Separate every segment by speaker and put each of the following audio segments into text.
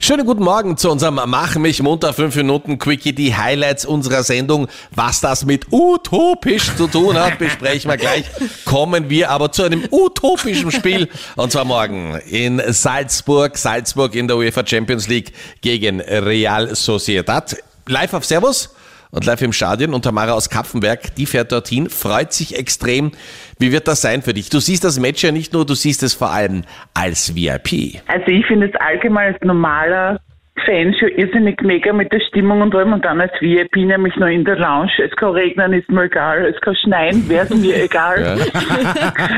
Speaker 1: Schönen guten Morgen zu unserem Mach mich munter 5 Minuten Quickie, die Highlights unserer Sendung. Was das mit utopisch zu tun hat, besprechen wir gleich. Kommen wir aber zu einem utopischen Spiel und zwar morgen in Salzburg, Salzburg in der UEFA Champions League gegen Real Sociedad. Live auf Servus und live im Stadion und Tamara aus Kapfenberg, die fährt dorthin, freut sich extrem. Wie wird das sein für dich? Du siehst das Match ja nicht nur, du siehst es vor allem als VIP.
Speaker 2: Also ich finde es allgemein als normaler Fan schon irrsinnig mega mit der Stimmung und allem und dann als VIP nämlich nur in der Lounge. Es kann regnen, ist mir egal. Es kann schneien, wäre es mir egal.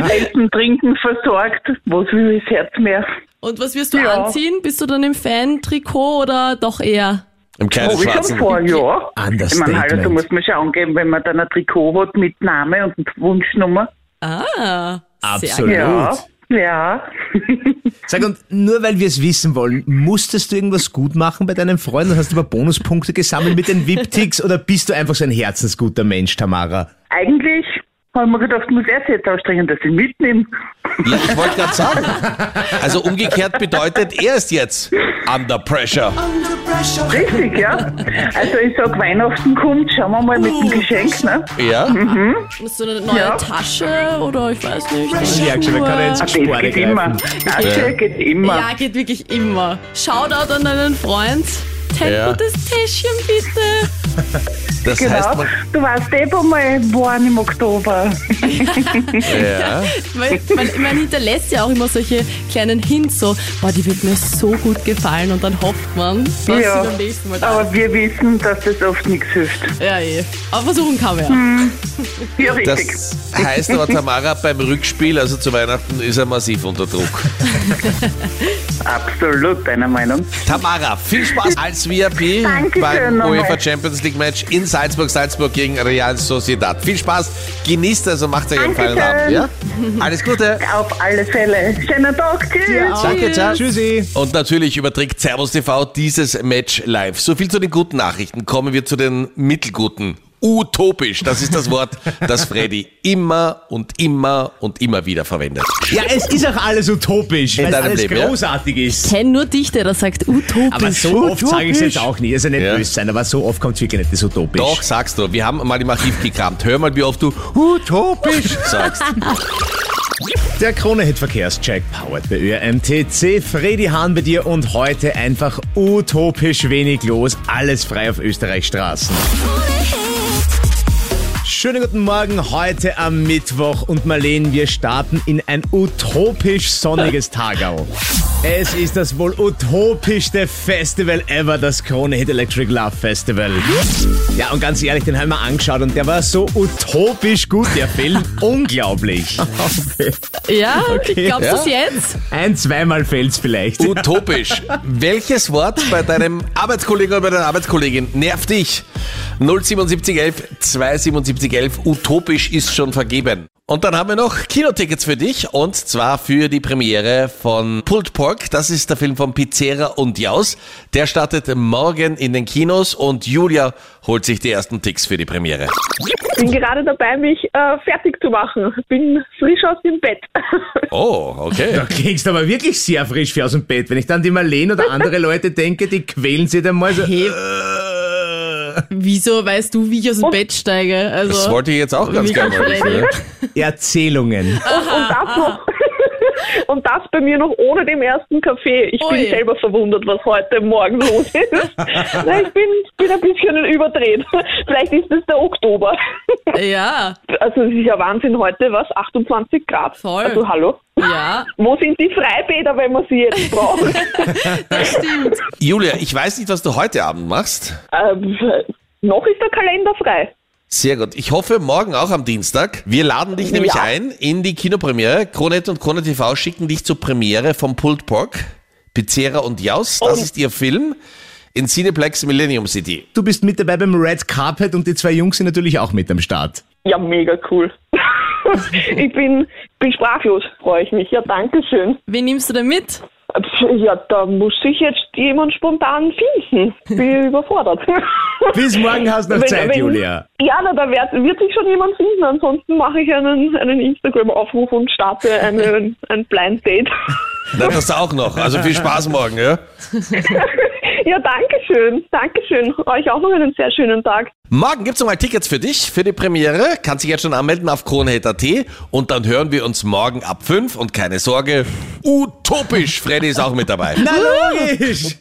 Speaker 2: Essen, Trinken versorgt, was will das Herz mehr?
Speaker 3: Und was wirst du
Speaker 2: Ja.
Speaker 3: anziehen? Bist du dann im Fan-Trikot oder doch eher?
Speaker 1: Im kleinen
Speaker 2: Habe ich schon
Speaker 1: schwarzen.
Speaker 2: Oh, vor, ja. Ich
Speaker 1: Understatement.
Speaker 2: meine, halt, da muss man schon angeben, wenn man dann ein Trikot hat mit Name und Wunschnummer.
Speaker 3: Ah,
Speaker 4: Absolut.
Speaker 3: Sehr
Speaker 2: Ja, ja.
Speaker 4: Sag und nur weil wir es wissen wollen, musstest du irgendwas gut machen bei deinen Freunden? Hast du mal Bonuspunkte gesammelt mit den VIP-Ticks oder bist du einfach so ein herzensguter Mensch, Tamara?
Speaker 2: Eigentlich haben wir gedacht, muss er jetzt anstrengen, dass ich mitnehme.
Speaker 1: Ja, ich wollte gerade sagen. Also umgekehrt bedeutet, er ist jetzt under pressure.
Speaker 2: Richtig, ja. Also ich sag, Weihnachten kommt, schauen wir mal mit dem Geschenk, ne?
Speaker 1: Ja?
Speaker 3: gut. Ist so eine neue
Speaker 2: Ja.
Speaker 3: Tasche oder ich weiß nicht. eine
Speaker 4: merke schon,
Speaker 3: Uhr.
Speaker 4: man kann ja jetzt-
Speaker 2: Das geht immer. Tasche geht immer.
Speaker 3: ja, geht wirklich immer. Shoutout an deinen Freund. Tag
Speaker 1: Ja.
Speaker 3: gutes Täschchen bitte.
Speaker 1: Das heißt,
Speaker 2: Genau.
Speaker 1: man,
Speaker 2: Du warst eh bei mir waren im Oktober.
Speaker 1: ja.
Speaker 3: Weil, weil man hinterlässt ja auch immer solche kleinen Hints, so, boah, die wird mir so gut gefallen und dann hofft man, dass
Speaker 2: Ja.
Speaker 3: sie beim nächsten Mal da
Speaker 2: Aber wir wissen, dass das oft nichts hilft.
Speaker 3: Ja, eh. Aber versuchen kann man ja.
Speaker 2: Hm. Ja, richtig.
Speaker 1: Das heißt aber, Tamara beim Rückspiel, also zu Weihnachten, ist er massiv unter Druck.
Speaker 2: Absolut deiner Meinung.
Speaker 1: Tamara, viel Spaß als VIP
Speaker 2: Dankeschön
Speaker 1: beim
Speaker 2: nochmal.
Speaker 1: UEFA Champions League Match in Salzburg, Salzburg gegen Real Sociedad. Viel Spaß, genießt das und macht euch einen feinen Abend.
Speaker 2: Dankeschön.
Speaker 1: Ja? Alles Gute.
Speaker 2: Auf alle Fälle. Schönen Tag. Tschüss.
Speaker 1: Danke, ciao.
Speaker 4: Tschüssi.
Speaker 1: Und natürlich überträgt Servus TV dieses Match live. So viel zu den guten Nachrichten. Kommen wir zu den mittelguten. Utopisch, das ist das Wort, das Freddy immer und immer und immer wieder verwendet.
Speaker 4: Ja, es ist auch alles utopisch, weil
Speaker 1: deinem
Speaker 4: alles
Speaker 1: Leben, ja.
Speaker 4: großartig ist.
Speaker 3: Kenn nur dich, der da sagt utopisch.
Speaker 4: Aber so oft sage ich es jetzt auch nicht. Also nicht
Speaker 1: Ja.
Speaker 4: böse sein, aber so oft kommt es wirklich nicht, das ist utopisch.
Speaker 1: Doch, sagst du. Wir haben mal im Archiv gekramt. Hör mal, wie oft du utopisch sagst.
Speaker 4: Der Krone-Hit-Verkehrscheck powered bei ÖRMTC. Fredi Hahn bei dir und heute einfach utopisch wenig los. Alles frei auf Österreichs Straßen. Schönen guten Morgen heute am Mittwoch und Marleen, wir starten in ein utopisch sonniges Tagau. Es ist das wohl utopischste Festival ever, das Krone Hit Electric Love Festival. Ja, und ganz ehrlich, den haben wir angeschaut und der war so utopisch gut, der Film. Unglaublich.
Speaker 3: Ja,
Speaker 4: Okay.
Speaker 3: glaubst du es
Speaker 1: Ja.
Speaker 3: jetzt?
Speaker 4: Ein, zweimal fällt's vielleicht.
Speaker 1: Utopisch. Welches Wort bei deinem Arbeitskollegen oder bei deiner Arbeitskollegin nervt dich? 07711 27711 utopisch ist schon vergeben. Und dann haben wir noch Kinotickets für dich und zwar für die Premiere von Pulled Pork. Das ist der Film von Pizzera und Jaus. Der startet morgen in den Kinos und Julia holt sich die ersten Ticks für die Premiere.
Speaker 5: bin gerade dabei, mich äh, fertig zu machen. Bin frisch aus dem Bett.
Speaker 1: Oh, okay.
Speaker 4: Da klingst du aber wirklich sehr frisch für aus dem Bett. Wenn ich dann die Marlene oder andere Leute denke, die quälen sich dann mal so. äh,
Speaker 3: Hey. Wieso weißt du, wie ich aus dem Bett steige? Also,
Speaker 1: Oh. Das wollte ich jetzt auch ganz
Speaker 3: Mega
Speaker 1: gerne mal wissen.
Speaker 3: Freddy.
Speaker 1: ja.
Speaker 4: Erzählungen.
Speaker 5: Und das noch. Und das bei mir noch ohne dem ersten Kaffee. Ich
Speaker 3: Ui.
Speaker 5: bin selber verwundert, was heute Morgen los ist. Nein, ich bin, bin ein bisschen überdreht. Vielleicht ist es der Oktober.
Speaker 3: Ja,
Speaker 5: Also es ist ja Wahnsinn heute, was? 28 Grad.
Speaker 3: Voll.
Speaker 5: Also hallo.
Speaker 3: ja,
Speaker 5: Wo sind die Freibäder, wenn man sie jetzt braucht?
Speaker 3: das stimmt.
Speaker 1: Julia, ich weiß nicht, was du heute Abend machst.
Speaker 5: ähm, noch ist der Kalender frei.
Speaker 1: Sehr gut. Ich hoffe, morgen auch am Dienstag. Wir laden dich nämlich
Speaker 5: Ja.
Speaker 1: ein in die Kinopremiere. Kronet und Krone TV schicken dich zur Premiere von Pulled Pork, Pizzera und Jaus. Das
Speaker 5: Oh.
Speaker 1: ist ihr Film in Cineplex Millennium City.
Speaker 4: Du bist mit dabei beim Red Carpet und die zwei Jungs sind natürlich auch mit am Start.
Speaker 5: Ja, mega cool. ich bin, bin sprachlos, freue ich mich. Ja, danke schön.
Speaker 3: Wen nimmst du denn mit?
Speaker 5: Pf, Ja, da muss ich jetzt jemand spontan finden. Bin überfordert.
Speaker 4: Bis morgen hast du noch
Speaker 5: Wenn-
Speaker 4: Zeit,
Speaker 5: wenn-
Speaker 4: Julia.
Speaker 5: Ja, na, da wird, wird sich schon jemand finden. Ansonsten mache ich einen, einen Instagram-Aufruf und starte einen, ein Blind Date.
Speaker 1: Na, das auch noch. Also viel Spaß morgen, ja?
Speaker 5: Ja, danke schön. Danke schön. Euch auch noch einen sehr schönen Tag.
Speaker 1: Morgen gibt's nochmal Tickets für dich, für die Premiere. Kannst dich jetzt schon anmelden auf kronehit.at und dann hören wir uns morgen ab 5 und keine Sorge, utopisch. Freddy ist auch mit dabei.
Speaker 4: Na logisch!